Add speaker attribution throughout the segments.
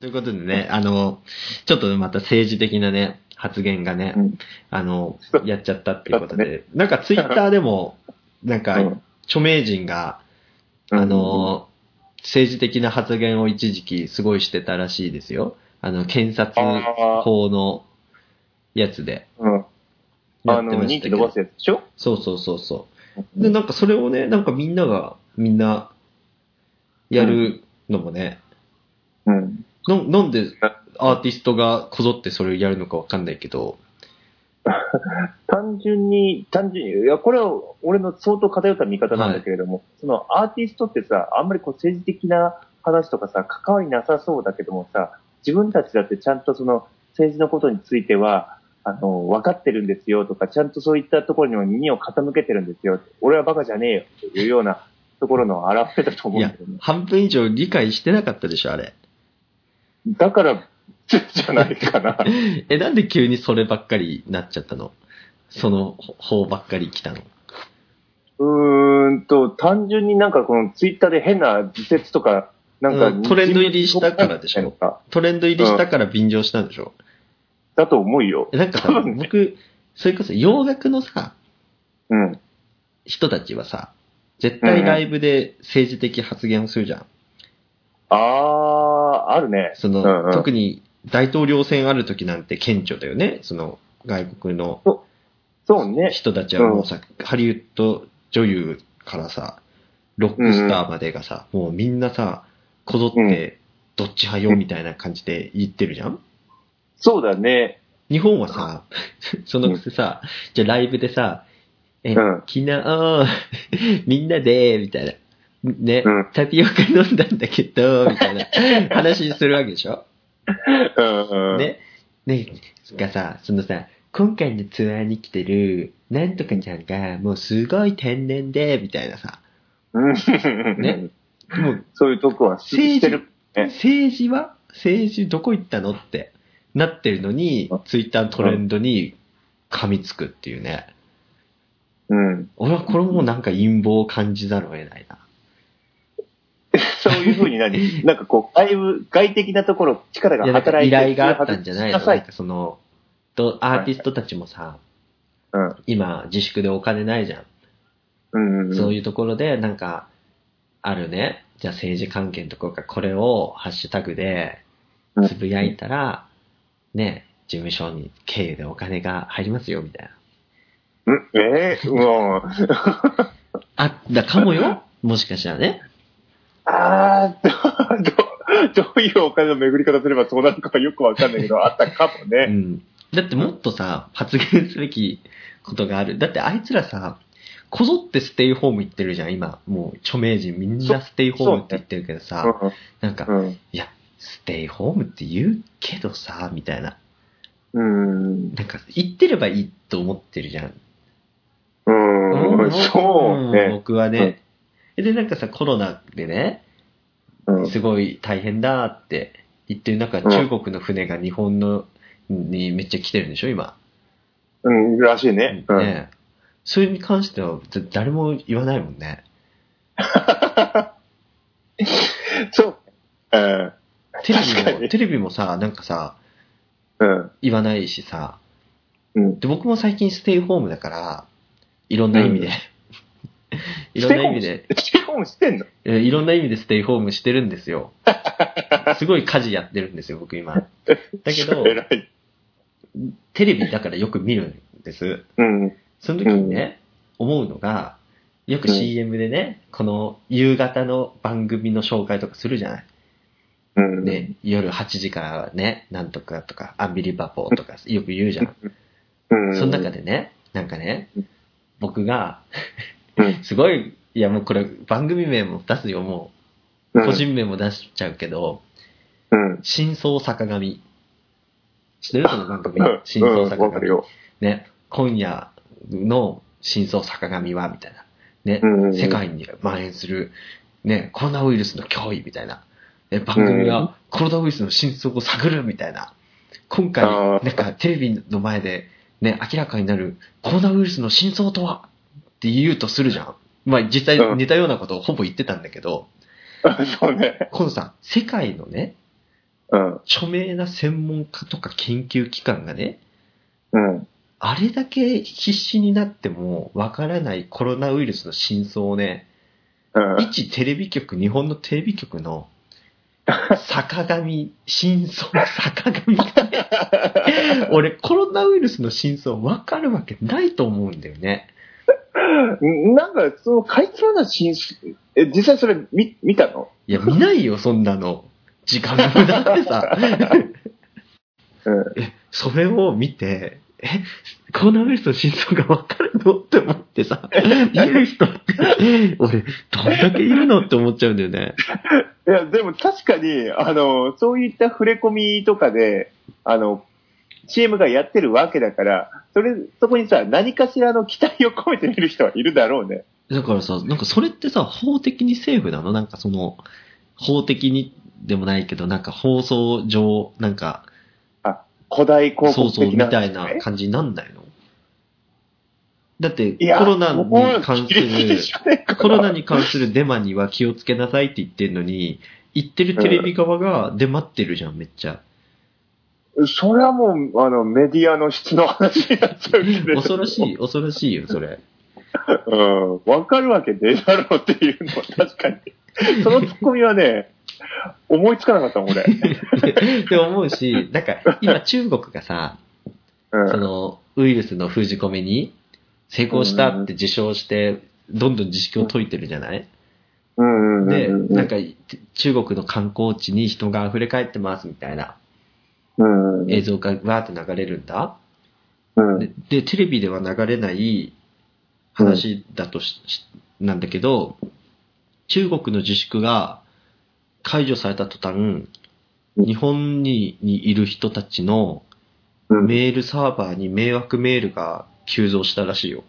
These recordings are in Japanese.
Speaker 1: ということでね、あの、ちょっとまた政治的なね、発言がね、
Speaker 2: うん
Speaker 1: あの
Speaker 2: そ、う
Speaker 1: やっちゃったっていうこと
Speaker 2: だ
Speaker 1: で、なんかツイッターで も、なん
Speaker 2: う
Speaker 1: か
Speaker 2: ん、
Speaker 1: 著名人が、あの、政治的な発言を一時期すごいしてたらしいですよ。あの、検察
Speaker 2: あー
Speaker 1: 法のやつで。
Speaker 2: うん、
Speaker 1: や
Speaker 2: あ
Speaker 1: って
Speaker 2: の、
Speaker 1: ましたけ
Speaker 2: 人気
Speaker 1: ど
Speaker 2: 伸ばすやつでしょ
Speaker 1: そうそうそうそう。
Speaker 2: う
Speaker 1: で、なんかそれをね、なんかみんなが、みんな、やるのもね、
Speaker 2: うん。
Speaker 1: ななんでアーティストがこぞってそれをやるのかわかんないけど、
Speaker 2: 単純に、単純に、いや、これは俺の相当偏った見方なんだけれども、そのアーティストってさ、あんまりこう政治的な話とかさ、関わりなさそうだけどもさ、自分たちだってちゃんとその政治のことについては、あの、分かってるんですよとか、ちゃんとそういったところにも耳を傾けてるんですよ。俺はバカじゃねえよというようなところの表れだと思
Speaker 1: い
Speaker 2: うんだ
Speaker 1: や
Speaker 2: けどね、。
Speaker 1: 半分以上理解してなかったでしょ、あれ。
Speaker 2: だから、じゃないかな。
Speaker 1: え、なんで急にそればっかりなっちゃったのその方ばっかり来たの
Speaker 2: うーんと、単純になんかこのツイッターで変な自説とか、なんか、
Speaker 1: うんトレンド入りしたからでしょトレンド入りしたから便乗したんでしょ、
Speaker 2: だと思うよ
Speaker 1: え。なんか
Speaker 2: 多
Speaker 1: さ
Speaker 2: 分、ね
Speaker 1: 僕、それこそ洋楽のさ、
Speaker 2: うん。
Speaker 1: 人たちはさ、絶対ライブで政治的発言をするじゃん。
Speaker 2: ああ、あるね。
Speaker 1: その、
Speaker 2: うんうん
Speaker 1: 特に大統領選ある時なんて顕著だよね。その、外国の
Speaker 2: そうね。
Speaker 1: 人たちはもうさ、ハリウッド女優からさ、ロックスターまでがさ、もうみんなさ、こぞって、どっち派よみたいな感じで言ってるじゃん
Speaker 2: そうだね。
Speaker 1: 日本はさ、 そのくせさ、じゃあライブでさ、え、
Speaker 2: うん
Speaker 1: 昨日、 みんなで、みたいな。ね、
Speaker 2: うん
Speaker 1: タピオカ飲んだんだけど、みたいな話するわけでしょ、
Speaker 2: うん。
Speaker 1: ね、ね、がさ、そのさ、今回のツアーに来てる、なんとかちゃんが、もうすごい天然で、みたいなさ、
Speaker 2: うん。
Speaker 1: ねもう
Speaker 2: そういうとこは知
Speaker 1: 政治
Speaker 2: ってる。ね
Speaker 1: 政治は政治どこ行ったのってなってるのに
Speaker 2: うん、
Speaker 1: ツイッターのトレンドに噛みつくっていうね。
Speaker 2: うん。
Speaker 1: 俺はこれもなんか陰謀を感じざるを得ないな。
Speaker 2: そういうふうに何なんかこう、外部、外的なところ、力
Speaker 1: いや
Speaker 2: が
Speaker 1: なんか
Speaker 2: 働い
Speaker 1: 依
Speaker 2: て
Speaker 1: 頼があったんじゃないの
Speaker 2: それ
Speaker 1: な
Speaker 2: を
Speaker 1: んかその、とアーティストたちもさ、
Speaker 2: 外し
Speaker 1: 今自粛でお金ないじゃん。
Speaker 2: うん。うん。
Speaker 1: そういうところでなんか、あるね、じゃあ政治関係のところからこれをハッシュタグで
Speaker 2: うん
Speaker 1: つぶやいたら、ね、事務所に経由でお金が入りますよみたいな。
Speaker 2: うん。ええもう。
Speaker 1: あったかもよ もしかしたらね。
Speaker 2: ああ、ど、ど、どういうお金の巡り方すればそうなるかはよくわかんないけど、あったかも
Speaker 1: う
Speaker 2: ね。
Speaker 1: ん。だってもっとさ、発言すべきことがある。だってあいつらさ、こぞってステイホーム行ってるじゃん、今。もう著名人みんなステイホームって言ってるけどさ、なんか、
Speaker 2: うん。
Speaker 1: いや、ステイホームって言うけどさ、みたいな。
Speaker 2: うん。
Speaker 1: なんか、言ってればいいと思ってるじゃん。
Speaker 2: うん。 そう
Speaker 1: うん
Speaker 2: ね。
Speaker 1: 僕はね。で、なんかさ、コロナでね、
Speaker 2: うん。
Speaker 1: すごい大変だって言ってる中、
Speaker 2: うん
Speaker 1: 中国の船が日本のにめっちゃ来てるんでしょ、今。
Speaker 2: うん、らしいね。うん。
Speaker 1: ねえそれに関してはぜ誰も言わないもん ね。
Speaker 2: そう。うん。
Speaker 1: テレ
Speaker 2: 確
Speaker 1: ビ
Speaker 2: か
Speaker 1: も、
Speaker 2: に
Speaker 1: テレビもさ、なんかさ、
Speaker 2: うん。
Speaker 1: 言わないしさ。
Speaker 2: うん。
Speaker 1: で、僕も最近ステイホームだから、いろんな意味で。
Speaker 2: うん
Speaker 1: いろんな意味で、
Speaker 2: ステイホームしてんの
Speaker 1: えいろんな意味でステイホームしてるんです よ。すごい家事やってるんですよ、僕今。だけど、
Speaker 2: 偉い。
Speaker 1: テレビだからよく見るんです。
Speaker 2: うん。
Speaker 1: その時にね、思うのが、よく
Speaker 2: うん
Speaker 1: CM でね、この夕方の番組の紹介とかするじゃない。
Speaker 2: うん。
Speaker 1: ね、夜8時からはね、なんとかとか、アンビリバボーとかよく言うじゃん。
Speaker 2: うん。
Speaker 1: その中でね、なんかね、僕が、
Speaker 2: うん、
Speaker 1: すごい、いやもうこれ番組名も出すよ、も
Speaker 2: う
Speaker 1: う。個
Speaker 2: ん。
Speaker 1: 人名も出しちゃうけど、
Speaker 2: うん。
Speaker 1: 真相坂上。知ってるその番組。真相
Speaker 2: うん。わ
Speaker 1: 坂
Speaker 2: かる
Speaker 1: 上。
Speaker 2: よ。
Speaker 1: ね、今夜の真相坂上は、みたいな。ね
Speaker 2: う、ん。
Speaker 1: 世界に蔓延する、ね、コロナウイルスの脅威みたいな、え番組
Speaker 2: うん
Speaker 1: がコロナウイルスの真相を探るみたいな、今回、
Speaker 2: あー
Speaker 1: なんかテレビの前で、ね、明らかになるコロナウイルスの真相とはって言うとするじゃん。まあ実際
Speaker 2: うん
Speaker 1: 似たようなことをほぼ言ってたんだけど、
Speaker 2: そうね。
Speaker 1: このさ、世界のね、
Speaker 2: うん。
Speaker 1: 著名な専門家とか研究機関がね、
Speaker 2: うん。
Speaker 1: あれだけ必死になってもわからないコロナウイルスの真相をね、
Speaker 2: うん。
Speaker 1: 一テレビ局、日本のテレビ局の坂上、真相、坂上がね、俺コロナウイルスの真相わかるわけないと思うんだよね。
Speaker 2: なんか、その会長の真相、え、実際それ見、見たの
Speaker 1: いや、見ないよ、そんなの。時間が無駄ってさ。
Speaker 2: うん。
Speaker 1: え、それを見て、え、コロナウイルスの真相がわかるのって思ってさ、見る人って、俺、どんだけいるのって思っちゃうんだよね。
Speaker 2: いや、でも確かに、あの、そういった触れ込みとかで、あの、CM がやってるわけだから、それ、そこにさ、何かしらの期待を込めて見る人はいるだろうね。
Speaker 1: だからさ、なんかそれってさ、法的にセーフなのなんかその、法的にでもないけど、なんか放送上、なんか、
Speaker 2: 古代広
Speaker 1: そう
Speaker 2: 告
Speaker 1: そう
Speaker 2: 的
Speaker 1: み
Speaker 2: な、
Speaker 1: たいな感じになんないのだって、
Speaker 2: いや、
Speaker 1: コロナに関す
Speaker 2: もう厳しい
Speaker 1: る
Speaker 2: で、しょね
Speaker 1: コロナ。に関するデマには気をつけなさいって言ってるのに、言ってるテレビ側が出待ってるじゃん、めっちゃ。
Speaker 2: それはもう、あの、メディアの質の話になっちゃうけれど
Speaker 1: 恐ろし い、恐ろしいよ、それ。
Speaker 2: うん。わかるわけねえだろうっていうのは 確かに。そのツッコミはね、思いつかなかったもん、俺。
Speaker 1: って思うし、なんか、今中国がさ、
Speaker 2: うん。
Speaker 1: その、ウイルスの封じ込めに成功したって自称して、どんどん自粛を解いてるじゃない
Speaker 2: うんうん
Speaker 1: で、
Speaker 2: うんうん。
Speaker 1: なんか、中国の観光地に人が溢れ返ってますみたいな
Speaker 2: うんうん、
Speaker 1: 映像がわーって流れるんだ。
Speaker 2: うん。
Speaker 1: で、でテレビでは流れない話だとし、しなんだけど、中国の自粛が解除された途端、
Speaker 2: うん
Speaker 1: 日本ににいる人たちの
Speaker 2: うん
Speaker 1: メールサーバーに迷惑メールが急増したらしいよ。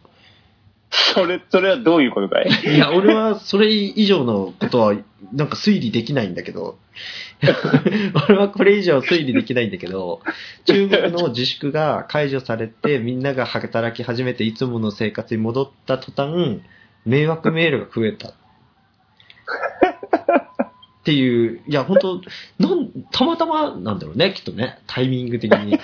Speaker 2: それ、それはどういうことかい
Speaker 1: いや、俺はそれ以上のことは、なんか推理できないんだけど、俺はこれ以上推理できないんだけど、中国の自粛が解除されて、みんなが働き始めて、いつもの生活に戻った途端、迷惑メールが増えた。っていう、いや、本当なん、たまたまなんだろうね、きっとね、タイミング的に。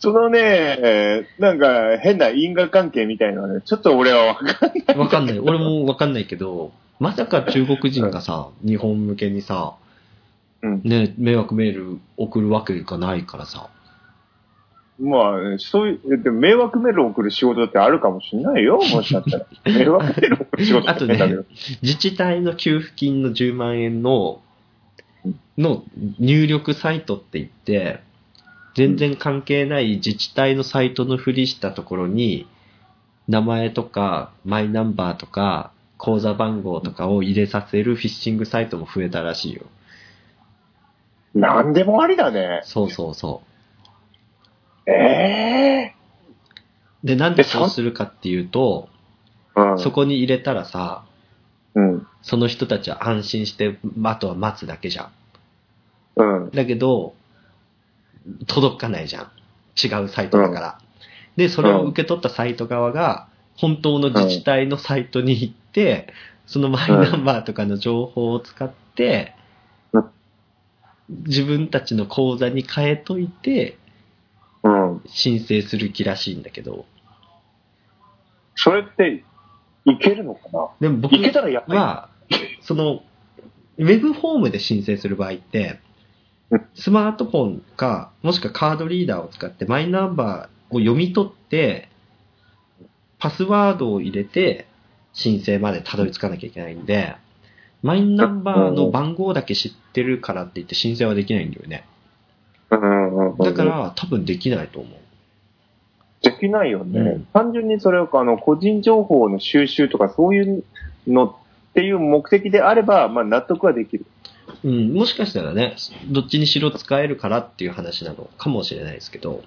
Speaker 2: そのね、えーなんか変な因果関係みたいなのはね、ちょっと俺はわかん
Speaker 1: わかんない。俺もわかんないけど、まさか中国人がさ、日本向けにさ、
Speaker 2: うん
Speaker 1: ね、迷惑メール送るわけがないからさ。
Speaker 2: まあ、そういう、でも迷惑メールを送る仕事だってあるかもしれないよ、もしかしたら。迷惑メールを送る仕事
Speaker 1: あ
Speaker 2: だ
Speaker 1: と
Speaker 2: って
Speaker 1: ね
Speaker 2: だけど。、
Speaker 1: 自治体の給付金の10万円の
Speaker 2: うん、
Speaker 1: の入力サイトって言って、全然関係ない自治体のサイトのふりしたところに、名前とか、マイナンバーとか、口座番号とかを入れさせるフィッシングサイトも増えたらしいよ。
Speaker 2: なんでもありだね。
Speaker 1: そうそうそう。
Speaker 2: ええ
Speaker 1: で、なんでそうするかっていうと、
Speaker 2: うん。
Speaker 1: そこに入れたらさ、
Speaker 2: うん。
Speaker 1: その人たちは安心して、あとは待つだけじゃん。
Speaker 2: うん。
Speaker 1: だけど、届かないじゃん。違うサイトだから。で、それを受け取ったサイト側が、本当の自治体のサイトに行って、そのマイナンバーとかの情報を使って
Speaker 2: うん、
Speaker 1: 自分たちの口座に変えといて、
Speaker 2: うん。
Speaker 1: 申請する気らしいんだけど。
Speaker 2: それって、いけるのかな
Speaker 1: でも僕
Speaker 2: いけたらやっぱり。
Speaker 1: は、その、ウェブフォームで申請する場合って
Speaker 2: うん、
Speaker 1: スマートフォンか、もしくはカードリーダーを使って、マイナンバーを読み取って、パスワードを入れて、申請までたどり着かなきゃいけないんで、マイナンバーの番号だけ知ってるからって言って申請はできないんだよね。
Speaker 2: うんうんうん。
Speaker 1: だか、ら、多分できないと思う。
Speaker 2: できないよね。
Speaker 1: うん
Speaker 2: 単純にそれをあの個人情報の収集とかそういうのっていう目的であれば、まあ、納得はできる。
Speaker 1: うん、もしかしたらね、どっちにしろ使えるからっていう話なのかもしれないですけど、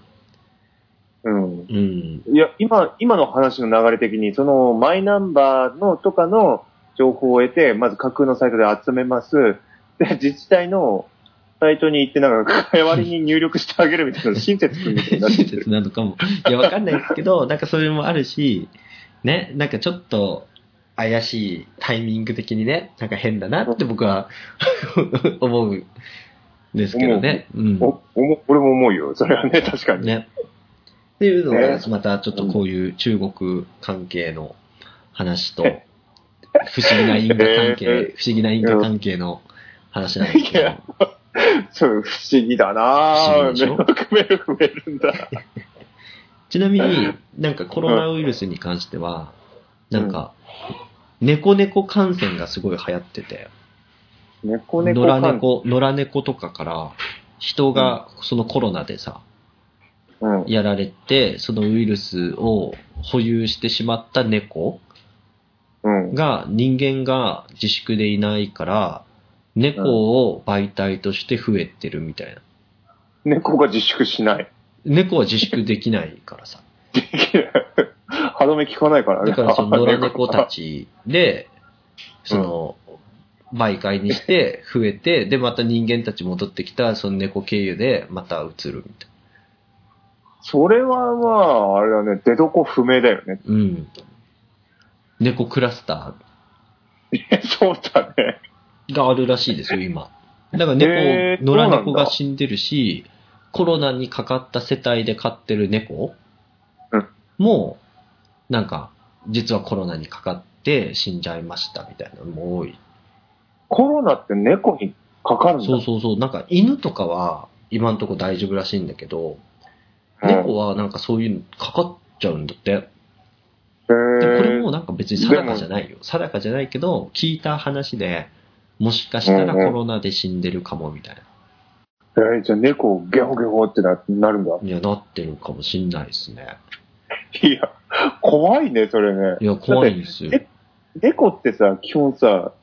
Speaker 2: うん。
Speaker 1: うん、
Speaker 2: いや、今、今の話の流れ的に、そのマイナンバーのとかの情報を得て、まず架空のサイトで集めます。で、自治体のサイトに行って、なんか代わりに入力してあげるみたいな、親切 君みたいになって
Speaker 1: 親
Speaker 2: る。
Speaker 1: 切なのかも。いや、わかんないですけど、なんかそれもあるし、ね、なんかちょっと、怪しいタイミング的にね、なんか変だなって僕は 思うんですけどね。うん。
Speaker 2: おおも俺も思うよ。それはね、確かに。
Speaker 1: ね。っていうのが
Speaker 2: ね、
Speaker 1: またちょっとこういう中国関係の話と、不思議な因果関係、不思議な因果関係の話なんですけど
Speaker 2: いや、そう、不思議だなぁ。
Speaker 1: 不思
Speaker 2: 目をめる、増えるんだ。
Speaker 1: ちなみになんかコロナウイルスに関しては、なんか、猫猫感染がすごい流行ってて、
Speaker 2: 猫
Speaker 1: 野
Speaker 2: 猫
Speaker 1: 良
Speaker 2: 関係。
Speaker 1: 猫、野良猫とかから、人がそのコロナでさ、
Speaker 2: うん。
Speaker 1: やられて、そのウイルスを保有してしまった猫
Speaker 2: うん。
Speaker 1: が人間が自粛でいないから、猫を媒体として増えてるみたいな。
Speaker 2: 猫が自粛しない。
Speaker 1: 猫は自粛できないからさ。
Speaker 2: 歯止め効かないからね。
Speaker 1: だからその野良猫たちで、その、媒介にして増えて、で、また人間たち戻ってきた、その猫経由でまた移るみたい
Speaker 2: それはまあ、あれだね、出どこ不明だよね。
Speaker 1: な。うん。猫クラスタ
Speaker 2: そうだね。
Speaker 1: ーがあるらしいですよ、今。だから
Speaker 2: へ
Speaker 1: 猫、
Speaker 2: ー
Speaker 1: 野良
Speaker 2: そ
Speaker 1: 猫
Speaker 2: うなん
Speaker 1: が
Speaker 2: だ
Speaker 1: 死んでるし、コロナにかかった世帯で飼ってる猫
Speaker 2: うん
Speaker 1: もう、なんか、実はコロナにかかって死んじゃいましたみたいなのも多い
Speaker 2: コロナって猫にかかるんだ。
Speaker 1: そうそうそう。なんか犬とかは今んとこ大丈夫らしいんだけど、
Speaker 2: うん
Speaker 1: 猫はなんかそういうのかかっちゃうんだって。で、これ
Speaker 2: へ
Speaker 1: もなんか別に定かじゃないよ。定かじゃないけど、聞いた話で、もしかしたら
Speaker 2: うん
Speaker 1: コ
Speaker 2: うん
Speaker 1: ロナで死んでるかもみたいな。
Speaker 2: えーじゃあ猫ゲホゲホってななるんだ。
Speaker 1: いや、なってるかもしんないですね。
Speaker 2: いや、怖いね、それね。
Speaker 1: いや、怖いんですよ。
Speaker 2: だって猫ってさ、基本さ、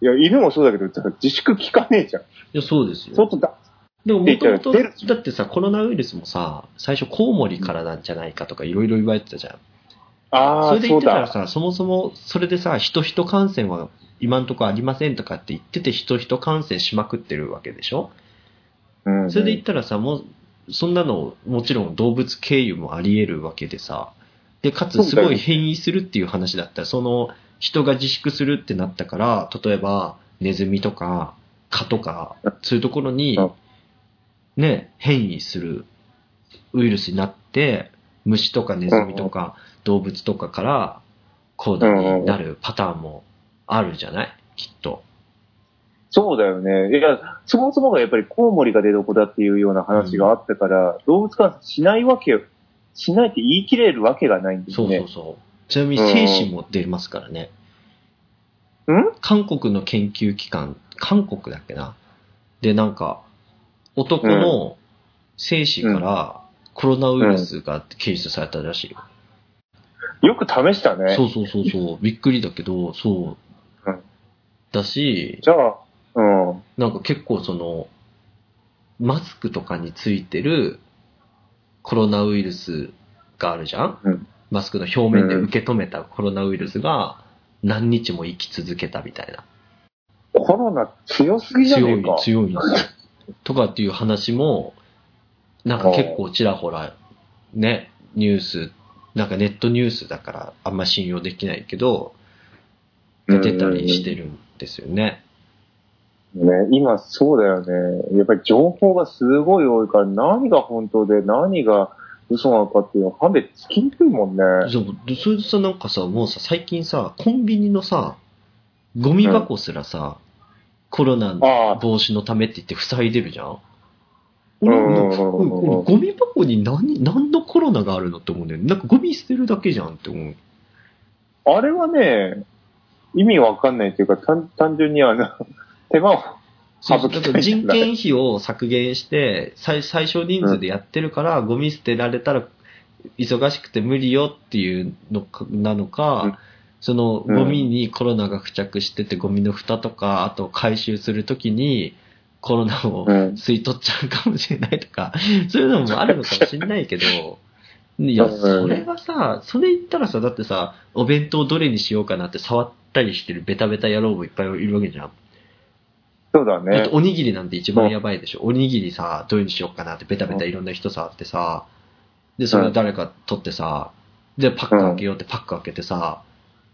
Speaker 2: いや、犬もそうだけど、さ自粛効かねえじゃん。
Speaker 1: いや、そうですよ。
Speaker 2: 外だ。
Speaker 1: でも、もともと、
Speaker 2: いや出る
Speaker 1: だってさ、コロナウイルスもさ、最初コウモリからなんじゃないかとかいろいろ言われてたじゃん。
Speaker 2: あ
Speaker 1: それ
Speaker 2: あ、
Speaker 1: で言
Speaker 2: そ
Speaker 1: っ
Speaker 2: う
Speaker 1: てたら
Speaker 2: だ。
Speaker 1: さ、そもそも、それでさ、人人感染は今んとこありませんとかって言ってて、人人感染しまくってるわけでしょ
Speaker 2: うんうん
Speaker 1: それで言ったらさ、もう、そんなの、もちろん動物経由もあり得るわけでさ、で、かつす
Speaker 2: そう
Speaker 1: ご
Speaker 2: だ
Speaker 1: い
Speaker 2: よ
Speaker 1: 変異するっていう話だったら、その、人が自粛するってなったから、例えば、ネズミとか、蚊とか、そういうところに
Speaker 2: うん、
Speaker 1: ね、変異するウイルスになって、虫とかネズミとか、動物とかから、コーダになるパターンもあるじゃないきっと。
Speaker 2: そうだよね。いや、そもそもがやっぱりコウモリが出どこだっていうような話があったから、動物感染しないわけ、しないって言い切れるわけがないんです
Speaker 1: そうそ
Speaker 2: ね
Speaker 1: う。そう。ちなみに精子も出ますからね。
Speaker 2: ん
Speaker 1: 韓国の研究機関、韓国だっけな。で、なんか、男の精子からコロナウイルスが検出されたらしいよ。
Speaker 2: よく試したね。
Speaker 1: そうそうそうそう。びっくりだけど、そう
Speaker 2: うん。
Speaker 1: だし、
Speaker 2: じゃあ、うん。
Speaker 1: なんか結構その、マスクとかについてるコロナウイルスがあるじゃん、
Speaker 2: うん
Speaker 1: マスクの表面で受け止めたコロナウイルスが何日も生き続けたみたいな。
Speaker 2: コロナ強すぎじゃ
Speaker 1: 強
Speaker 2: ねえ
Speaker 1: い
Speaker 2: か。、
Speaker 1: 強いんですよ。とかっていう話も、なんか結構ちらほら、ね、ニュース、なんかネットニュースだからあんま信用できないけど、出たりしてるんですよね。
Speaker 2: ね、今そうだよね。やっぱり情報がすごい多いから、何が本当で何が嘘なのかっていうのは判別つきにくいもんね。
Speaker 1: そう、それでさ、なんかさ、もうさ、最近さ、コンビニのさ、ゴミ箱すらさ、コロナ
Speaker 2: ああ、
Speaker 1: 防止のためって言って塞いでるじゃん
Speaker 2: うん
Speaker 1: 俺
Speaker 2: うんうん
Speaker 1: 俺
Speaker 2: うんう
Speaker 1: ゴ
Speaker 2: ん
Speaker 1: ミ箱に何、何のコロナがあるのって思うんだよね。なんかゴミ捨てるだけじゃんって思う。
Speaker 2: あれはね、意味わかんないというか、単単純にあの、手間を、
Speaker 1: そう
Speaker 2: 省きた
Speaker 1: だ
Speaker 2: い
Speaker 1: から人件費を削減して、最最小人数でやってるから、ゴミ捨てられたら忙しくて無理よっていうのかなのか、
Speaker 2: うん
Speaker 1: その
Speaker 2: うん
Speaker 1: ゴミにコロナが付着してて、ゴミの蓋とか、あと回収するときにコロナを
Speaker 2: うん
Speaker 1: 吸い取っちゃうかもしれないとか、 そういうのもあるのかもしれないけど、いや、
Speaker 2: うん
Speaker 1: それはさ、それ言ったらさ、だってさ、お弁当どれにしようかなって触ったりしてるベタベタ野郎もいっぱいいるわけじゃん。
Speaker 2: そうだ
Speaker 1: だって
Speaker 2: ね。
Speaker 1: おにぎりなんて一番やばいでしょ。おにぎりさ、どういうにしようかなってベタベタいろんな人触ってさ、で、それ誰か取ってさ、で、パック開けようってパック開けてさ、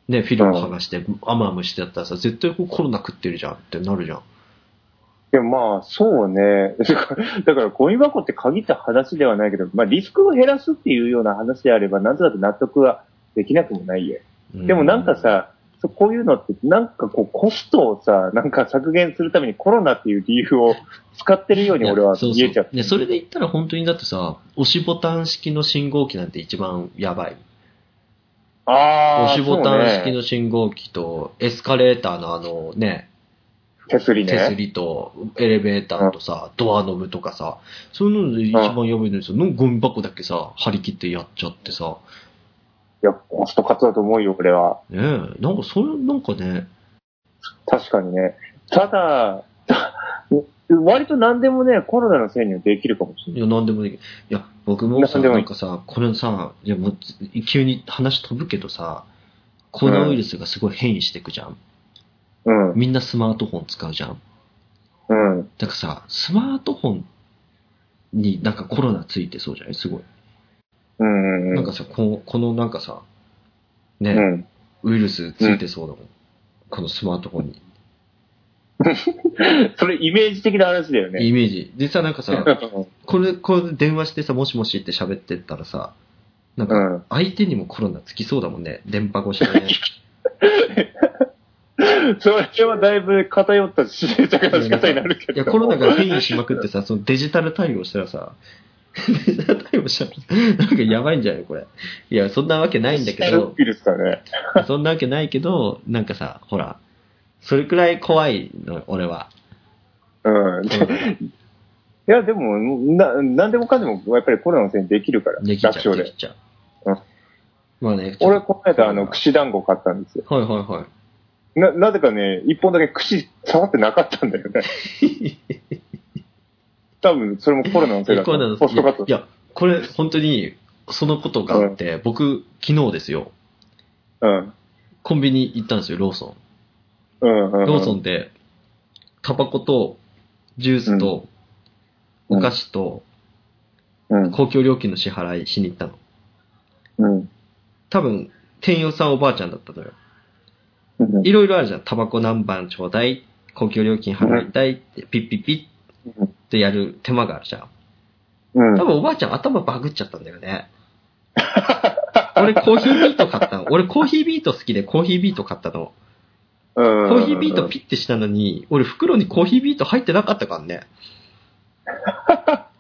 Speaker 1: ね、フィリップ話して、あむあむしてやったらさ、絶対こうコロナ食ってるじゃんってなるじゃん。
Speaker 2: でもまあ、そうね。 だからだから、ゴミ箱って限った話ではないけど、まあ、リスクを減らすっていうような話であれば、なんとなく納得はできなくもないよ。
Speaker 1: う
Speaker 2: でもなんか、さ、そうこういうのって、なんかこう、コストをさ、なんか削減するためにコロナっていう理由を使ってるよう
Speaker 1: い
Speaker 2: に
Speaker 1: や
Speaker 2: 俺は
Speaker 1: そう
Speaker 2: 見えちゃ
Speaker 1: そう
Speaker 2: う。
Speaker 1: ね、それで言ったら本当にだってさ、押しボタン式の信号機なんて一番やばい。
Speaker 2: ああ、
Speaker 1: 押しボタン式
Speaker 2: そうね
Speaker 1: の信号機と、エスカレーターのあのね、
Speaker 2: 手すりね。
Speaker 1: 手すりと、エレベーターとさ、ドアノブとかさ、そういうので一番やばいのにさ、のゴミ箱だけさ、張り切ってやっちゃってさ、
Speaker 2: いや、コストカツだと思うよ、俺は。
Speaker 1: ねえ、なんかそういう、なんかね、
Speaker 2: 確かにね。ただ、割と何でもね、コロナのせいにはできるかもしれ
Speaker 1: い
Speaker 2: ない。
Speaker 1: や、なんでもいい。いや、僕もさ、
Speaker 2: なんでもい
Speaker 1: ないんかさ、これさ、いや、もう、急に話飛ぶけどさ、コロナウイルスがすごい変異していくじゃん。
Speaker 2: うん、
Speaker 1: みんなスマートフォン使うじゃん。
Speaker 2: うん。
Speaker 1: だからさ、スマートフォンになんかコロナついてそうじゃないすごい。
Speaker 2: うん。
Speaker 1: なんかさ、この、このなんかさ、ね、
Speaker 2: うん。
Speaker 1: ウイルスついてそうだもん。このスマートフォンに。
Speaker 2: それイメージ的な話だよね。
Speaker 1: イメージ。でさ、なんかさ、
Speaker 2: う
Speaker 1: これ、これ電話してさ、もしもしって喋ってったらさ、なんか、
Speaker 2: ん。
Speaker 1: 相手にもコロナつきそうだもんね。電波越し でね。
Speaker 2: それはだいぶ偏った指示の仕方になるけ
Speaker 1: い
Speaker 2: ど。
Speaker 1: や、コロナが変異しまくってさ、そのデジタル対応したらさ、デジタル対応したら、なんかやばいんじゃないこれ。いや、そんなわけないんだけど、
Speaker 2: ウイルスだね。
Speaker 1: そんなわけないけど、なんかさ、ほら、それくらい怖いの、俺は。
Speaker 2: うん。いや、でも、な、なんでもかんでも、やっぱりコロナのせいにできるから。
Speaker 1: できちゃ
Speaker 2: 楽勝
Speaker 1: う、で
Speaker 2: で。
Speaker 1: きちゃう
Speaker 2: うん。
Speaker 1: まあね、
Speaker 2: 俺、
Speaker 1: ち
Speaker 2: この間、あの、串団子買ったんですよ。
Speaker 1: ょっとはいはいはい。
Speaker 2: な、なぜかね、一本だけ串触ってなかったんだ よね。多分、それもコロナのせいだった。
Speaker 1: コロナの
Speaker 2: ホストカット
Speaker 1: い。や、いやこれ、本当に、そのことがあって、僕、昨日ですよ、
Speaker 2: うん。
Speaker 1: コンビニ行ったんですよ、ローソン。
Speaker 2: うんうん。
Speaker 1: ローソンで、タバコと、ジュースと、
Speaker 2: うん
Speaker 1: お菓子と、
Speaker 2: うん。
Speaker 1: 公共料金の支払いしに行ったの。
Speaker 2: うん。
Speaker 1: 多分、店員さんおばあちゃんだったのよ。
Speaker 2: うん。
Speaker 1: いろいろあるじゃん。タバコ何番ちょうだい公共料金払いたいって、ピッピッピッってやる手間があるじゃん。
Speaker 2: うん
Speaker 1: 多。分おばあちゃん頭バグっちゃったんだよね。 俺コーヒービート買ったの。俺コーヒービート好きでコーヒービート買ったの。コ
Speaker 2: コ
Speaker 1: ーヒービート
Speaker 2: ピ
Speaker 1: ピッてしたのに、俺袋にコーヒービート入ってなかったから ね。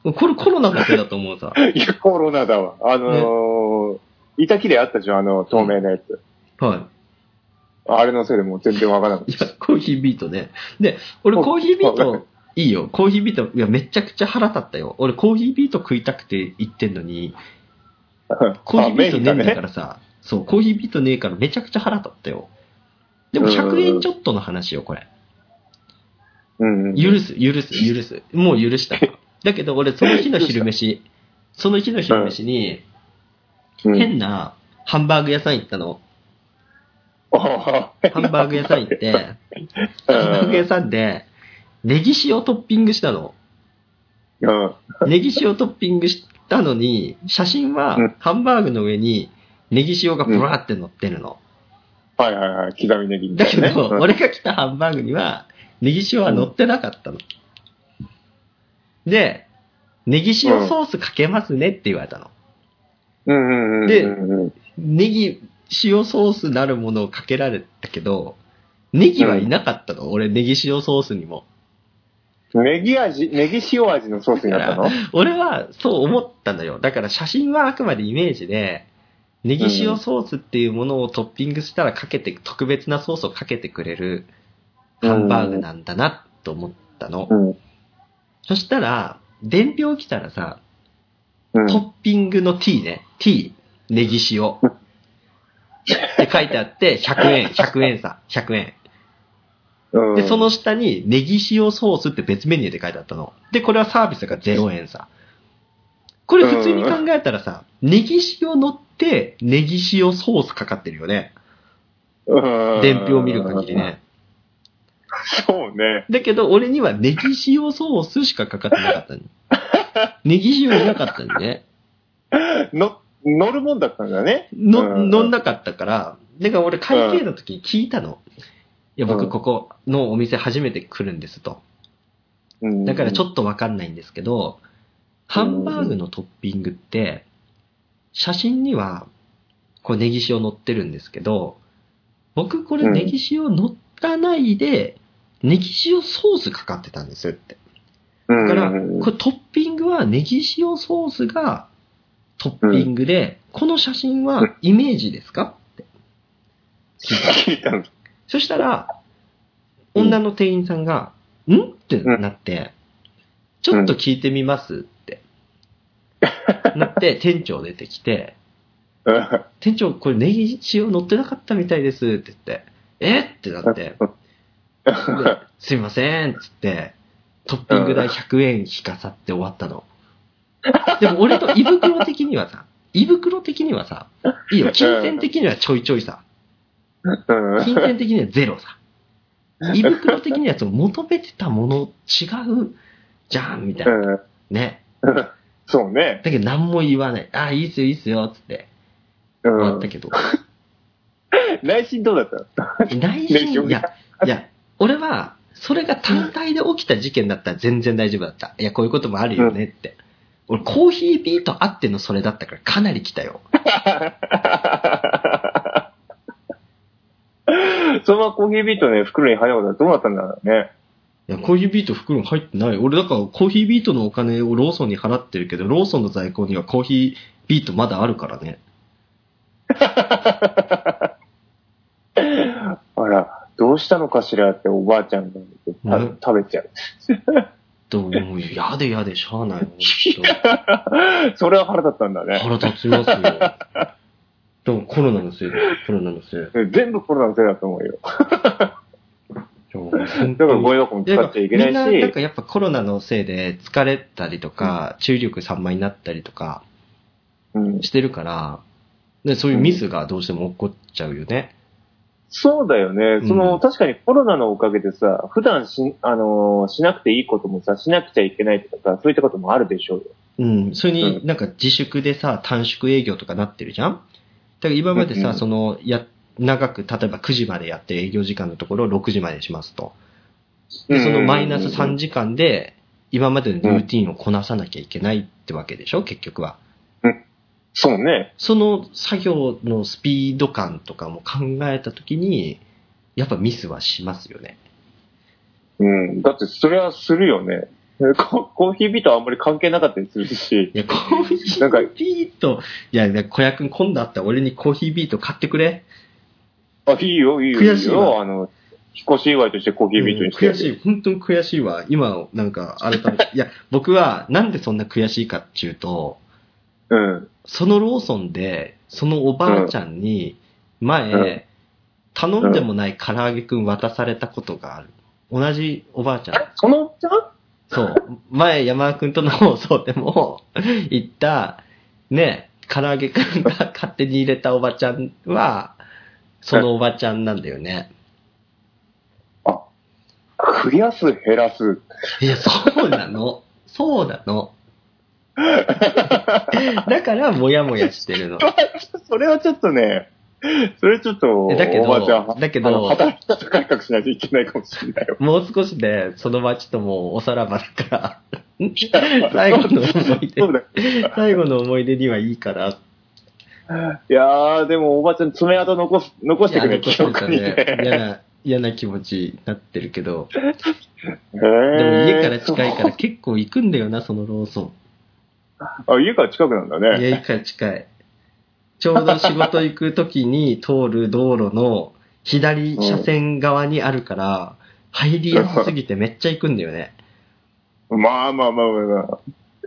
Speaker 1: これコロナのせいだと思うさ。
Speaker 2: いや、コロナだわ。あのー、板切れあったじゃん、あの、透明なやつ。
Speaker 1: は
Speaker 2: あれのせいでもう全然わからなかっ
Speaker 1: い。いや、コーヒービートね。で、俺コーヒービート、いいよ。コーヒービート、いや、めちゃくちゃ腹立ったよ。俺コーヒービート食いたくて行ってんのに、
Speaker 2: た。
Speaker 1: コーヒービートねえ
Speaker 2: あ
Speaker 1: ん
Speaker 2: メイン
Speaker 1: だ
Speaker 2: だ
Speaker 1: か
Speaker 2: ね。
Speaker 1: らさ、そう、コーヒービートねえからめちゃくちゃ腹立ったよ。でも100円ちょっとの話よ、これ。
Speaker 2: うん。うん
Speaker 1: 許す、許す、許す。もう許した。だけど俺、その日の昼飯、その日の昼飯に、変なハンバーグ屋さん行ったの。
Speaker 2: ハ
Speaker 1: ハンバーグ屋さん行って、ハンバーグ屋さんで、ネギ塩トッピングしたの。
Speaker 2: うん。
Speaker 1: ネギ塩トッピングしたのに、写真は
Speaker 2: うん
Speaker 1: ハンバーグの上にネギ塩がブラーって乗ってるの。
Speaker 2: はいはいはい。刻みネギみた
Speaker 1: だ
Speaker 2: い
Speaker 1: け
Speaker 2: なね。
Speaker 1: ど、
Speaker 2: うん
Speaker 1: 俺が来たハンバーグには、ネギ塩は乗ってなかったの。で、ネギ塩ソースかけますねって言われたの。
Speaker 2: うんうんうん。
Speaker 1: で
Speaker 2: うん
Speaker 1: ネギ塩ソースなるものをかけられたけど、ネギはいなかったの、俺、ネギ塩ソースにも。
Speaker 2: ネギ味、ネギ塩味のソースになったの
Speaker 1: 俺はそう思ったのよ。だから写真はあくまでイメージで、ネギ塩ソースっていうものをトッピングしたらかけて、特別なソースをかけてくれるハンバーグなんだなと思ったの。
Speaker 2: うん。
Speaker 1: そしたら、伝票来たらさ、
Speaker 2: うん。
Speaker 1: トッピングの T ね。T、ネギ塩。って書いてあって、100円、100円さ、100円。
Speaker 2: うん
Speaker 1: で、その、下にネギ塩ソースって別メニューで書いてあったの。で、これはサービスが0円さ。これ普通に考えたらさ、ネギ塩乗って、ネギ塩ソースかかってるよね。
Speaker 2: うん
Speaker 1: 伝票を見る限り。ね。
Speaker 2: そうね。
Speaker 1: だけど、俺にはネギ塩ソースしかかかってなか ったの。ネギ塩いなかったのね。
Speaker 2: の、乗るもんだったんだね。
Speaker 1: の、
Speaker 2: うん
Speaker 1: 乗んなかったから、だから俺改正の時に聞いたの。いや、
Speaker 2: う
Speaker 1: 僕
Speaker 2: ん
Speaker 1: ここのお店初めて来るんですと。
Speaker 2: うん
Speaker 1: だからちょ
Speaker 2: っ
Speaker 1: っとわかんないんですけど、ハンバーグのトッピングって、写真には、こうネギ塩乗ってるんですけど、僕これ
Speaker 2: うん
Speaker 1: ネギ塩乗らないで、ネギ塩ソースかかってたんですって。
Speaker 2: と、
Speaker 1: だ
Speaker 2: だ
Speaker 1: から、これトッピングはネギ塩ソースがトッピングで、この写真はイメージですか
Speaker 2: 聞いたんです。
Speaker 1: そしたら、
Speaker 2: うん
Speaker 1: 女の店員さんが、んってなって、ちょっと聞いてみますって。なって、店長出てきて、店長、これネギ塩乗ってなかったみたいですって言って、えってなって、ですいませんっつって、トッピング代100円引かさって終わったの。でも俺と胃袋的にはさ、胃袋的にはさ、いいよ、金銭的にはちょいちょいさ、
Speaker 2: うん
Speaker 1: 金銭的にはゼロさ。胃袋的にはその求めてたもの違うじゃんみたいな。
Speaker 2: うん
Speaker 1: ね。
Speaker 2: そうね。
Speaker 1: だけど何も言わない。ああ、いいっすよ、いいっすよ、つって
Speaker 2: う
Speaker 1: 終わっ
Speaker 2: ん
Speaker 1: たけど。
Speaker 2: 内心どうだった
Speaker 1: 内
Speaker 2: ね
Speaker 1: 心、
Speaker 2: よく
Speaker 1: いや、いや、俺は、それが単体で起きた事件だったら全然大丈夫だった。いや、こういうこともあるよねって。俺、コーヒービートあってのそれだったからかなり来たよ。
Speaker 2: そのまま コーヒービートね、袋に入らなかったらどうなったんだろうね。
Speaker 1: いや、コーヒービート袋入ってない。俺、だからコーヒービートのお金をローソンに払ってるけど、ローソンの在庫にはコーヒービートまだあるからね。
Speaker 2: あら、どうしたのかしらっておばあちゃんがた
Speaker 1: うん
Speaker 2: 食べちゃう。
Speaker 1: どうも、やでやでしゃあない。ほんと
Speaker 2: それは腹立ったんだね。
Speaker 1: 腹立ち ますよ。でもコロナのせいだよ、コロナのせい。
Speaker 2: 全部コロナのせいだと思うよ。
Speaker 1: でも本
Speaker 2: だ
Speaker 1: 当
Speaker 2: からゴ
Speaker 1: に
Speaker 2: ミ箱も
Speaker 1: いや
Speaker 2: 使っちゃいけない
Speaker 1: みんな、なん
Speaker 2: し、
Speaker 1: かやっぱコロナのせいで疲れたりとか、注意力散漫になったりとか
Speaker 2: うん、
Speaker 1: してるから、でそういうミスがどうしても起こっちゃうよね。
Speaker 2: そうだよね。その、
Speaker 1: うん
Speaker 2: 確かにコロナのおかげでさ、普段し、あのーしなくていいこともさ、しなくちゃいけないとかさ、そういったこともあるでしょうよ。
Speaker 1: うん。それに
Speaker 2: う
Speaker 1: なんか自粛でさ、短縮営業とかなってるじゃんだから今まで
Speaker 2: うんう
Speaker 1: さ、
Speaker 2: ん
Speaker 1: その、や、長く、例えば9時までやってる営業時間のところを6時までしますと。で、そのマイナス3
Speaker 2: 時。
Speaker 1: 時間で、今までのルーティンをこなさなきゃいけないってわけでしょ、結局は。
Speaker 2: そうね。
Speaker 1: その作業のスピード感とかも考えたときに、やっぱミスはしますよね。
Speaker 2: うん。だって、それはするよね。 ココーヒービートはあんまり関係なかったりするし。
Speaker 1: いや、コーヒ
Speaker 2: なんか
Speaker 1: ービート、いや、いや小屋くん今度あったら俺にコーヒービート買ってくれ。
Speaker 2: あ、いいよ、いいよ。
Speaker 1: 悔しいわ
Speaker 2: よあの、引っ越し祝いとしてコーヒービートにして。
Speaker 1: うん悔しい、本当に悔しいわ。今、なんか改め て。いや、僕はなんでそんな悔しいかっていうと、
Speaker 2: うん。
Speaker 1: そのローソンで、そのおばあちゃんに、前、
Speaker 2: うん
Speaker 1: 頼んでもない唐揚げくん渡されたことがある。同じおばあちゃん。
Speaker 2: そのちゃん
Speaker 1: そう。前、山田くんとの放送でも 言った、ね、唐揚げくんが勝手に入れたおばちゃんは、そのおばちゃんなんだよね。
Speaker 2: 増やす、減らす。
Speaker 1: いや、そうなの。そうなの。だから、もやもやしてるの。
Speaker 2: それはちょっとね、それちょっと、
Speaker 1: えだけど
Speaker 2: おばあちゃん、
Speaker 1: だけど
Speaker 2: あの働き方改革しないといけないかもし れないよ。
Speaker 1: もう少しで、その街ともうおさらばだから、 最後の思い
Speaker 2: そうだ
Speaker 1: 出、最後の思い出にはいいから、
Speaker 2: いやー、でもおばあちゃん爪痕残す、残してくれ、
Speaker 1: いや残
Speaker 2: 記憶に
Speaker 1: してたね
Speaker 2: ね。
Speaker 1: 嫌な、嫌な気持ちになってるけど、
Speaker 2: で
Speaker 1: でも家から近いから
Speaker 2: ら。
Speaker 1: 結構行くんだよな、そのローソ
Speaker 2: あ、家から近くなんだ
Speaker 1: ン。
Speaker 2: ね。
Speaker 1: 家から近い。ちょうど仕事行く時に通る道路の左車線側にあるから、入りやすすぎてめっちゃ行くんだよね。
Speaker 2: まあまあまあまあまあ。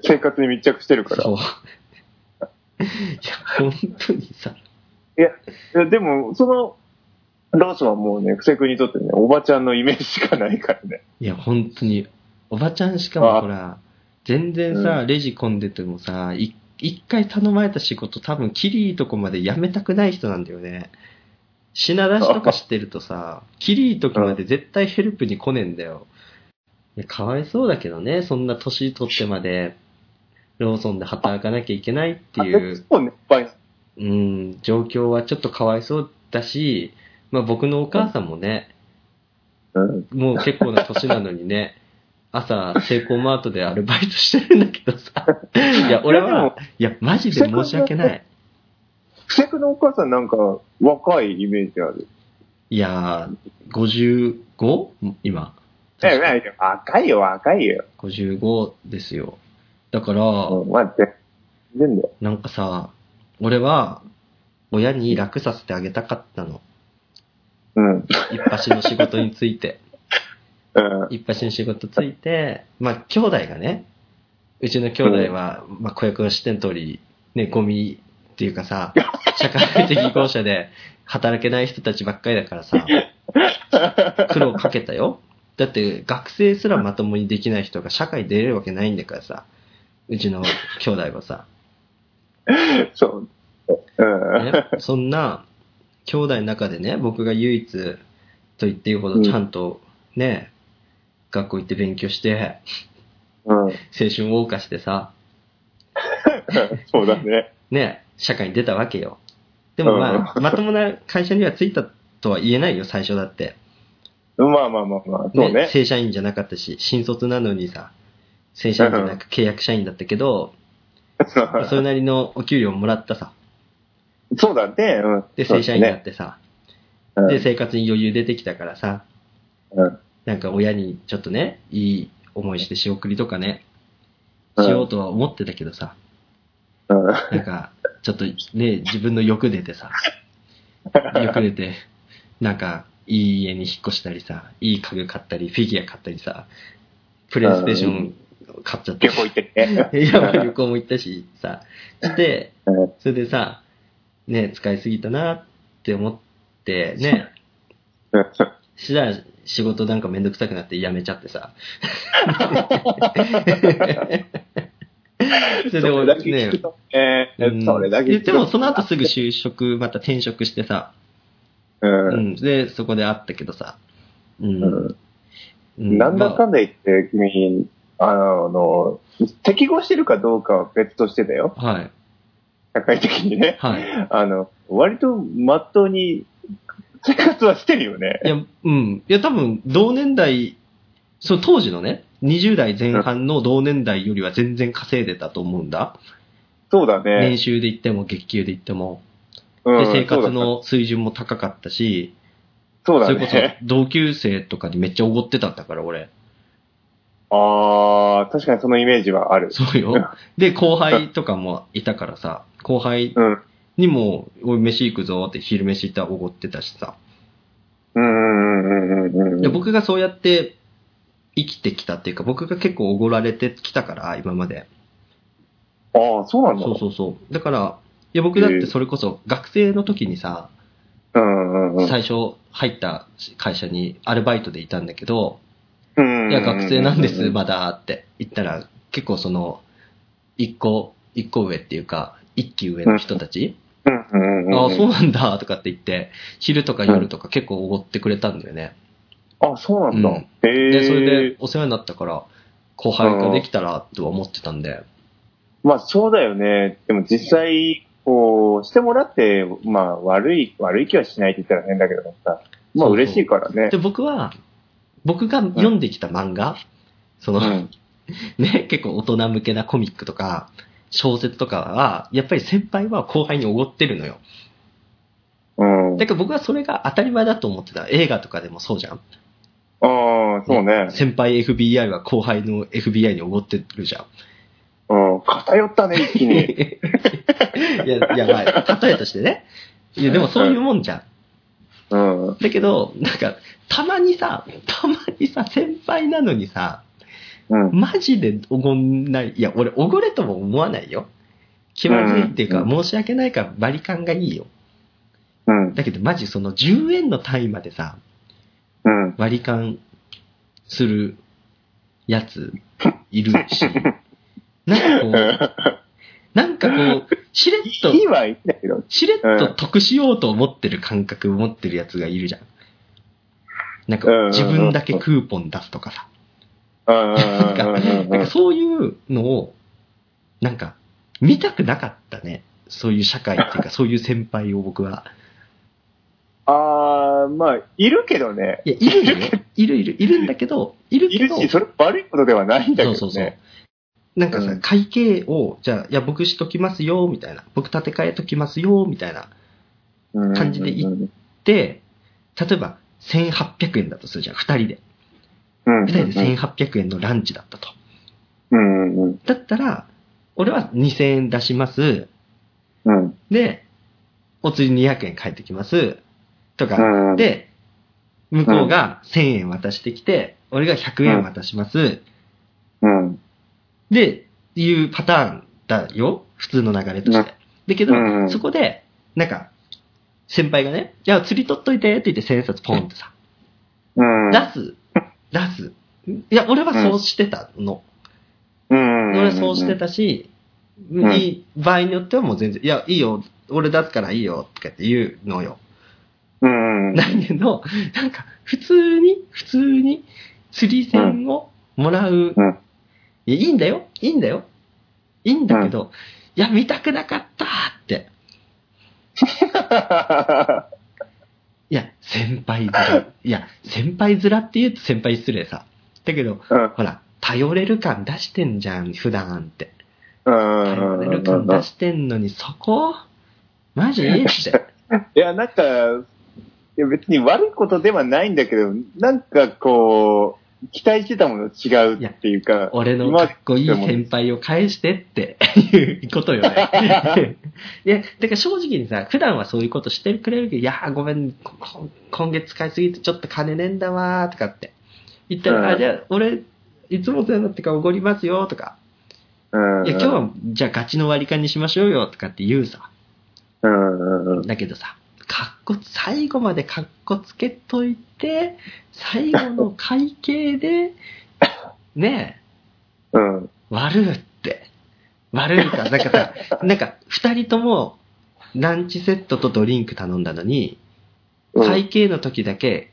Speaker 2: 生活に密着してるから。
Speaker 1: そう。い や、本当にさ、
Speaker 2: いや、でも、その、ローソンはもうね、布施君にとってね、おばちゃんのイメージしかないからね。
Speaker 1: いや、本当に、おばちゃんしかも
Speaker 2: あ
Speaker 1: ほら、全然さ、レジ混んでてもさ、い一回頼まれた仕事多分、キリいとこまで辞めたくない人なんだよね。品出しとかしてるとさ、キリい時まで絶対ヘルプに来ねえんだよ。いやかわいそうだけどね、そんな年取ってまで、ローソンで働かなきゃいけないっていう、
Speaker 2: あ結構年配。
Speaker 1: うん、状況はちょっとかわいそうだし、まあ僕のお母さんもね、
Speaker 2: うん。
Speaker 1: もう結構な年なのにね、朝、セイコーマートでアルバイトしてるんだけどさ。いや、俺は、いや、マジで申し訳ない。
Speaker 2: 不作のお母さんなんか若いイメージある。
Speaker 1: いやー、55? 今。
Speaker 2: え、え若いよ、若いよ。
Speaker 1: 55ですよ。だから、
Speaker 2: うん、待って。全部。
Speaker 1: なんかさ、俺は、親に楽させてあげたかったの。
Speaker 2: うん。うん。
Speaker 1: 一発の仕事について。一発の仕事ついて、まあ、兄弟がね、うちの兄弟は、まあ、子役を知ってん通り、ね、ゴミっていうかさ、 社会的業者で働けない人たちばっかりだからさ、苦労かけたよ。だって、学生すらまともにできない人が社会出れるわけないんだからさ、うちの兄弟はさ、
Speaker 2: そう。うん。
Speaker 1: ね、 そんな兄弟の中でね、僕が唯一と言っていいほどちゃんとね、学校行って勉強して、
Speaker 2: うん。
Speaker 1: 青春を謳歌してさ、
Speaker 2: そうだね。
Speaker 1: ね、社会に出たわけよ。でもまあ、まともな会社には着いたとは言えないよ、最初だって。
Speaker 2: まあまあまあまあ、そうね。
Speaker 1: 正社員じゃなかったし、新卒なのにさ、正社員じゃなく契約社員だったけど、それなりのお給料もらったさ。
Speaker 2: そうだね。うん。
Speaker 1: で、正
Speaker 2: そうだ
Speaker 1: 社員になっ。てさ、
Speaker 2: うん
Speaker 1: で、生活に余裕出てきたからさ、
Speaker 2: うん
Speaker 1: なんか親にちょっとね、いい思いして仕送りとかね、
Speaker 2: うん
Speaker 1: しようとは思ってたけどさ、
Speaker 2: うん。
Speaker 1: なんか、ちょっとね、自分の欲出てさ、欲出て、なんか、いい家に引っ越したりさ、いい家具買ったり、フィギュア買ったりさ、プレイステーション買っちゃったり
Speaker 2: 旅行行ってね。
Speaker 1: いや、まあ旅行も行ったし、さ、して
Speaker 2: うん、
Speaker 1: それでさ、ね、使いすぎたなって思って、ね、 したら仕事なんかめんどくさくなって辞めちゃって さ。それで
Speaker 2: それ
Speaker 1: 俺
Speaker 2: だけ聞
Speaker 1: ね
Speaker 2: く、とね。
Speaker 1: うん
Speaker 2: それだけ
Speaker 1: で
Speaker 2: 聞く
Speaker 1: で
Speaker 2: と
Speaker 1: もその後すぐ就職、また転職してさ、
Speaker 2: うん
Speaker 1: う。ん、で、そこで会ったけどさ、うん。
Speaker 2: う
Speaker 1: う
Speaker 2: なんだか
Speaker 1: まあ
Speaker 2: んだ言って、君、あの、適合してるかどうかは別としてだよ。
Speaker 1: はい、
Speaker 2: 社会的にね。
Speaker 1: はい。
Speaker 2: あの、割とまっとうに生活はしてるよね
Speaker 1: い。や、うん。いや、多分、同年代、その当時のね、20代前半の同年代よりは全然稼いでたと思うんだ。
Speaker 2: そうだ
Speaker 1: 年
Speaker 2: ね。
Speaker 1: 収で言っても、月給で言っても。
Speaker 2: う
Speaker 1: で、
Speaker 2: ん
Speaker 1: 生活の水準も高かったし、
Speaker 2: そう
Speaker 1: そ
Speaker 2: だ
Speaker 1: れこ
Speaker 2: ね。
Speaker 1: そ同級生とかにめっちゃおごってたんだから、俺。
Speaker 2: ああ、確かにそのイメージはある。
Speaker 1: そうよ。で、後輩とかもいたからさ、後輩
Speaker 2: うん。
Speaker 1: にも、おい、飯行くぞって昼飯行ったらおごってたしさ。
Speaker 2: うんうんうんうんうん。
Speaker 1: で僕がそうやって生きてきたっていうか、僕が結構おごられてきたから、今まで。
Speaker 2: ああ、そうなんだ。
Speaker 1: そうそうそう。だから、いや僕だってそれこそ学生の時にさ、
Speaker 2: うんうんうん。
Speaker 1: 最初入った会社にアルバイトでいたんだけど、
Speaker 2: うんうんうん
Speaker 1: いや学生なんです、
Speaker 2: ま
Speaker 1: まだって言ったら、結構その、一個、一個上っていうか、一期上の人たち、
Speaker 2: うんうんうん。
Speaker 1: ああ、そう
Speaker 2: う。
Speaker 1: なんだとかって言って、昼とか夜とか結構おごってくれたんだよね。
Speaker 2: あそうなんだ
Speaker 1: うん。
Speaker 2: へえ。
Speaker 1: で、それでお世話になったから、後輩ができたらとは思ってたんで、
Speaker 2: まあそうだよね。でも実際、こう、してもらって、まあ悪い、悪い気はしないって言ったら変だけどさ。まあ嬉しいからね
Speaker 1: で、。僕は、僕が読んできた漫画、その、
Speaker 2: うん。
Speaker 1: ね、結構大人向けなコミックとか、小説とかは、やっぱり先輩は後輩におごってるのよ。
Speaker 2: うん。
Speaker 1: だから僕はそれが当たり前だと思ってた。映画とかでもそうじゃん。
Speaker 2: ああ、そうね。
Speaker 1: 先輩 FBI は後輩の FBI におごってるじゃん。
Speaker 2: うん。偏ったね、一気
Speaker 1: い
Speaker 2: に。
Speaker 1: や、いや、まあ、例えとしてね。いや、でもそういうもんじゃん。
Speaker 2: うん。
Speaker 1: だけど、なんか、たまにさ、たまにさ、先輩なのにさ、
Speaker 2: うん。
Speaker 1: マジでおごんない。いや、俺、おごれとも思わないよ。気まずいっていうか、
Speaker 2: うん
Speaker 1: 申し訳ないから、バリカンがいいよ。
Speaker 2: うん。
Speaker 1: だけどマジその10円の単位までさ、
Speaker 2: うん。
Speaker 1: 割り勘するやついるし、なんかこう、なんかこう、しれっと
Speaker 2: い、いはいいんだけど。
Speaker 1: しれっと得しようと思ってる感覚を持ってるやつがいるじゃん。なんか
Speaker 2: うんうんうん
Speaker 1: 自分だけクーポン出すとかさ、
Speaker 2: うん。
Speaker 1: なんかなんかそういうのを、なんか 見たくなかったね。そういう社会っていうか、そういう先輩を僕は。
Speaker 2: あー、まあ、いるけどね。
Speaker 1: いや、いる よね。いるいる、いるんだけど、いる
Speaker 2: い
Speaker 1: け
Speaker 2: る
Speaker 1: ど、
Speaker 2: し、それ悪いことではないんだけど
Speaker 1: そう
Speaker 2: ね。
Speaker 1: そうそう。なんか
Speaker 2: う
Speaker 1: さ、
Speaker 2: ん
Speaker 1: 会計を、じゃあ、いや、僕しときますよ、みたいな。僕立て替えときますよ、みたいな。
Speaker 2: うん
Speaker 1: 感じでいで、例えば、1800円だとするじゃん、二人で。
Speaker 2: うん。
Speaker 1: 二人で1800円のランチだったと。
Speaker 2: うんうん
Speaker 1: だったら、俺は2000円出します。
Speaker 2: うん。
Speaker 1: で、お釣り200円返ってきます。とか、
Speaker 2: うん。、
Speaker 1: で、向こうが1000円渡してきて、俺が100円渡します。
Speaker 2: うん。
Speaker 1: で、いうパターンだよ。普通の流れとして。だけど
Speaker 2: う、ん
Speaker 1: そこで、なんか、先輩がね、いや、釣り取っといてって言って1000円札ポンってさ、
Speaker 2: うん。
Speaker 1: 出す。出す。いや、俺はそうしてたの。
Speaker 2: うん。
Speaker 1: 俺はそうしてたし、
Speaker 2: ん
Speaker 1: いい場合によってはもう全然、いや、いいよ、俺出すからいいよ、とかって言うのよ。
Speaker 2: うん。うん。
Speaker 1: だけど、なんか、普通に、普通に、釣り銭をもらう。
Speaker 2: うん
Speaker 1: いや、いいんだよ、いいんだよ。いいんだけど、いや、見たくなかったって。いや、先輩面。いや、先輩面って言うと先輩失礼さ。だけど、
Speaker 2: うん。
Speaker 1: ほら、頼れる感出してんじゃん、普段って。頼
Speaker 2: う
Speaker 1: れ
Speaker 2: ん。
Speaker 1: る感出してんのに、そこマ ジって。
Speaker 2: いや、なんか、いや別に悪いことではないんだけど、なんかこう、期待してたものと違うっていうか、
Speaker 1: 俺のかっこいい先輩を返してっていうことよね。 いや、だから正直にさ、普段はそういうことしてくれるけど、いやーごめん、ここ今月使いすぎてちょっと金ねえんだわーとかって。言ったら、
Speaker 2: うん
Speaker 1: あ、じゃあ俺、いつもそうなってからおごりますよとか、
Speaker 2: うん、
Speaker 1: いや、今日はじゃあガチの割り勘にしましょうよとかって言うさ。
Speaker 2: うん、うん、
Speaker 1: だけどさ、かっこ、最後までかっこつけといて、最後の会計で、ねえ、
Speaker 2: うん、
Speaker 1: 悪いって。悪いか。なんかさ、なんか、二人とも、ランチセットとドリンク頼んだのに、
Speaker 2: うん、
Speaker 1: 会計の時だけ、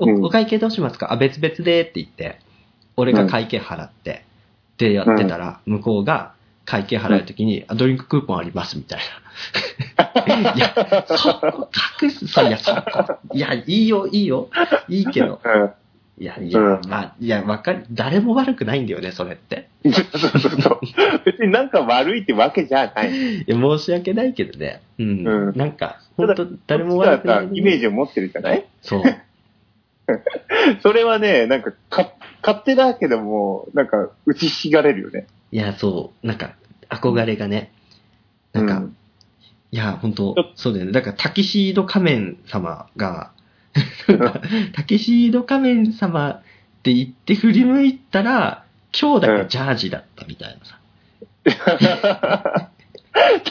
Speaker 1: お
Speaker 2: うん
Speaker 1: お会計どうしますかあ、別々でって言って、俺が会計払って、でやってたら、向こうが会計払う時に、あドリンククーポンありますみたいな。 いや、そこ隠す、そういや、そこ、いや、いいよ、いいよ、いいけど、いや、いや、
Speaker 2: うん
Speaker 1: まあ、いや、わかる、誰も悪くないんだよね、それって。
Speaker 2: うん、そうそうそう。別になんか悪いってわけじゃない。
Speaker 1: いや、申し訳ないけどね。うん。
Speaker 2: うん
Speaker 1: なんか、本当誰も
Speaker 2: 悪
Speaker 1: 悪くない、
Speaker 2: イメージを持ってるじゃない
Speaker 1: そう。
Speaker 2: それはね、なんかか、勝手だけども、なんか、打ちひしがれるよね。
Speaker 1: いや、そう。なんか、憧れがね。なんか、
Speaker 2: うん
Speaker 1: いや、本当
Speaker 2: ちょ
Speaker 1: そうだよね。だから、タキシード仮面様が、 タキシード仮面様って言って振り向いたら、今日だけジャージだったみたいなさ。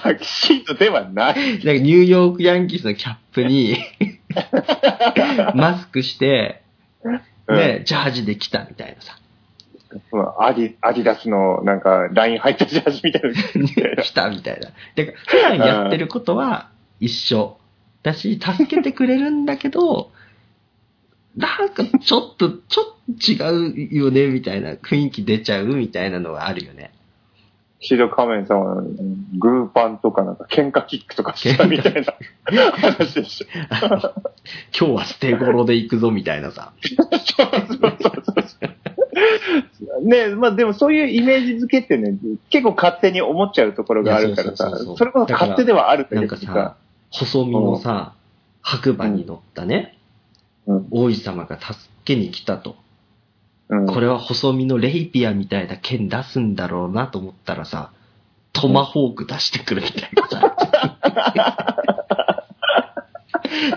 Speaker 2: タキシードでは
Speaker 1: なん
Speaker 2: ない。
Speaker 1: か、ニューヨークヤンキースのキャップに、 マスクして、ね、ジャージで来たみたいなさ。
Speaker 2: うん、アディアディダスのなんか、ライン入ったジャージみ たいな。
Speaker 1: 来たみたいな。だから普段やってることは一緒だし、助けてくれるんだけど、 なんかちょっと、ちょっと違うよね、みたいな雰囲気出ちゃうみたいなのはあるよね。
Speaker 2: シード仮面様のグーパンとかなんか喧嘩キックとかしたみたいな話でしょ。
Speaker 1: あの今日は捨て頃で行くぞ、みたいなさ。
Speaker 2: そうそうそうそう。ねまあでもそういうイメージ付けってね、結構勝手に思っちゃうところがあるから
Speaker 1: いやそうそう
Speaker 2: さ
Speaker 1: そうそう、
Speaker 2: それこそ勝手ではあるんだ
Speaker 1: な
Speaker 2: け
Speaker 1: ん
Speaker 2: ど
Speaker 1: かさ、、細身のさ、白馬に乗ったね、
Speaker 2: うん
Speaker 1: 王子様が助けに来たと。
Speaker 2: うん
Speaker 1: これは細身のレイピアみたいな剣出すんだろうなと思ったらさ、トマホーク出してくるみたいなさ。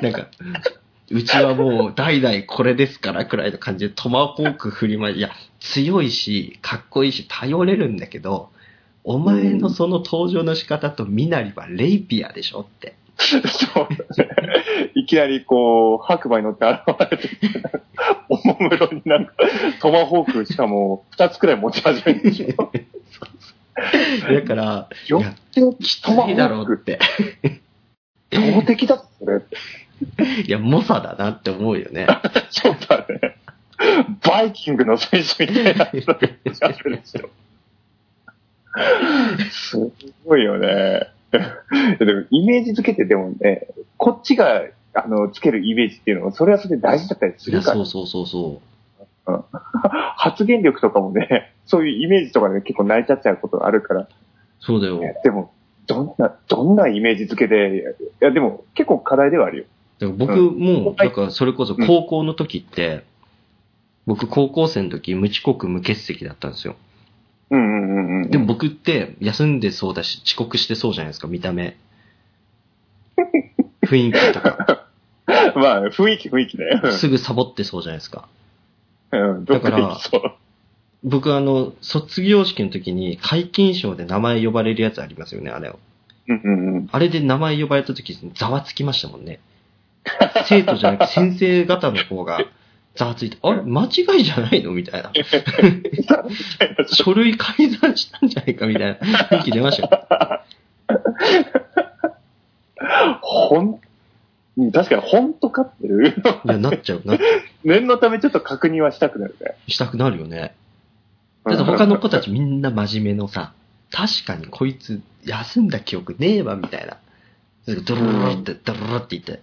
Speaker 1: なんか、うちはもう代々これですからくらいの感じでトマホーク振りまい、いや、強いし、かっこいいし、頼れるんだけど、お前のその登場の仕方と身なりはレイピアでしょって。
Speaker 2: そう。いきなりこう、白馬に乗って現れて、おもむろになんか、トマホークしかも2つくらい持ち始めるんでしょ。
Speaker 1: だから、
Speaker 2: よ
Speaker 1: いや
Speaker 2: ってお
Speaker 1: きつ
Speaker 2: きトマホ
Speaker 1: いだ
Speaker 2: ー
Speaker 1: ろ
Speaker 2: ク
Speaker 1: うって。
Speaker 2: 投敵だそれ。
Speaker 1: いや、猛者だなって思うよね。
Speaker 2: そうだね。バイキングの選手みたいな人がやってるんですよ。すごいよね。でも、イメージ付けてでもね、こっちがあの、つけるイメージっていうのも、それはそれで大事だったりす
Speaker 1: い
Speaker 2: る
Speaker 1: や、
Speaker 2: から
Speaker 1: そう、そうそうそ
Speaker 2: 発言力とかもね、そういうイメージとかで結構成り立っちゃうことあるから、
Speaker 1: う。そうだよ。
Speaker 2: でも、どんな、どんなイメージ付けで、いや、でも結構課題ではあるよ。
Speaker 1: だから僕
Speaker 2: う
Speaker 1: も
Speaker 2: は、
Speaker 1: な
Speaker 2: い
Speaker 1: んかそれこそ高校の時って、僕高校生の時無遅刻無欠席だったんですよ。
Speaker 2: うんうんうんうん。
Speaker 1: でも、僕って休んでそうだし遅刻してそうじゃないですか、見た 目。雰囲気とか。
Speaker 2: まあ、雰囲気雰囲気だよ。
Speaker 1: すぐサボってそうじゃないですか。
Speaker 2: うん、どっか
Speaker 1: だか
Speaker 2: で
Speaker 1: ら
Speaker 2: そう。
Speaker 1: 僕あの、卒業式の時に解禁賞で名前呼ばれるやつありますよね、あれを。
Speaker 2: うんうんうん。
Speaker 1: あれで名前呼ばれた時、ざわつきましたもんね。生徒じゃなくて先生方の方がざわついて、あれ間違いじゃないのみたいな。書類改ざんしたんじゃないかみたい な雰囲気出ましたよ。
Speaker 2: ほん、うん確かに本当かっていう。
Speaker 1: いや、なっちゃう。なっちゃ
Speaker 2: 念のためちょっと確認はしたくなるね。
Speaker 1: う。したくなるよね。ただ他の子たちみんな真面目のさ、確かにこいつ休んだ記憶ねえわ、みたいな。ドロロロって、ドロロって言って。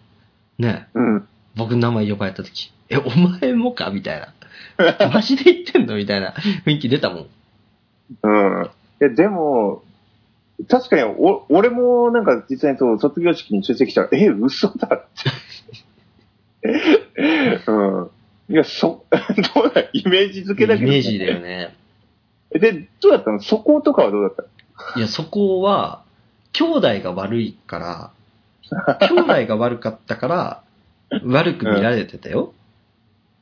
Speaker 1: ねえ
Speaker 2: うん。
Speaker 1: 僕の名前呼ばれた時、え、お前もかみたいな。マジで言ってんのみたいな雰囲気出たもん。
Speaker 2: うん。え、でも、確かにお、俺もなんか実際にそう、卒業式に出席したら、え、嘘だって。 うん。いや、そ、 どうだ、イメージ付けだけ
Speaker 1: イ
Speaker 2: ど。
Speaker 1: メージだよね。
Speaker 2: えで、どうだったのそことかはどうだったの
Speaker 1: いや、そこは、兄弟が悪い から、兄弟が悪かったから、悪く見られてたよ。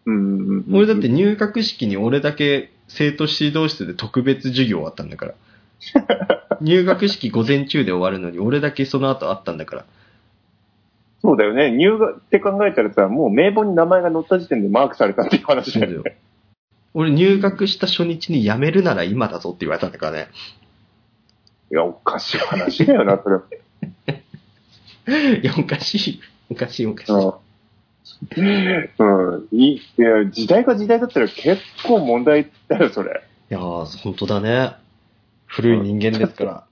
Speaker 2: うんうんうん。
Speaker 1: 俺だって入学式に俺だけ生徒指導室で特別授業あったんだ から。入学式午前中で終わるのに俺だけその後あったんだ から。
Speaker 2: そうだよね。入学って考えたらさ、もう名簿に名前が載った時点でマークされたっていう話
Speaker 1: そう
Speaker 2: だ
Speaker 1: だ
Speaker 2: よ
Speaker 1: よ。俺入学した初日に辞めるなら今だぞって言われたんだからね。
Speaker 2: いや、おかしい話だよな、そ れ。
Speaker 1: いや、おかしい。おかしい、おかしい。
Speaker 2: うん。うん。いいいや、時代が時代だったら結構問題だよ、それ。
Speaker 1: いやー、本当だね。古い人間ですから。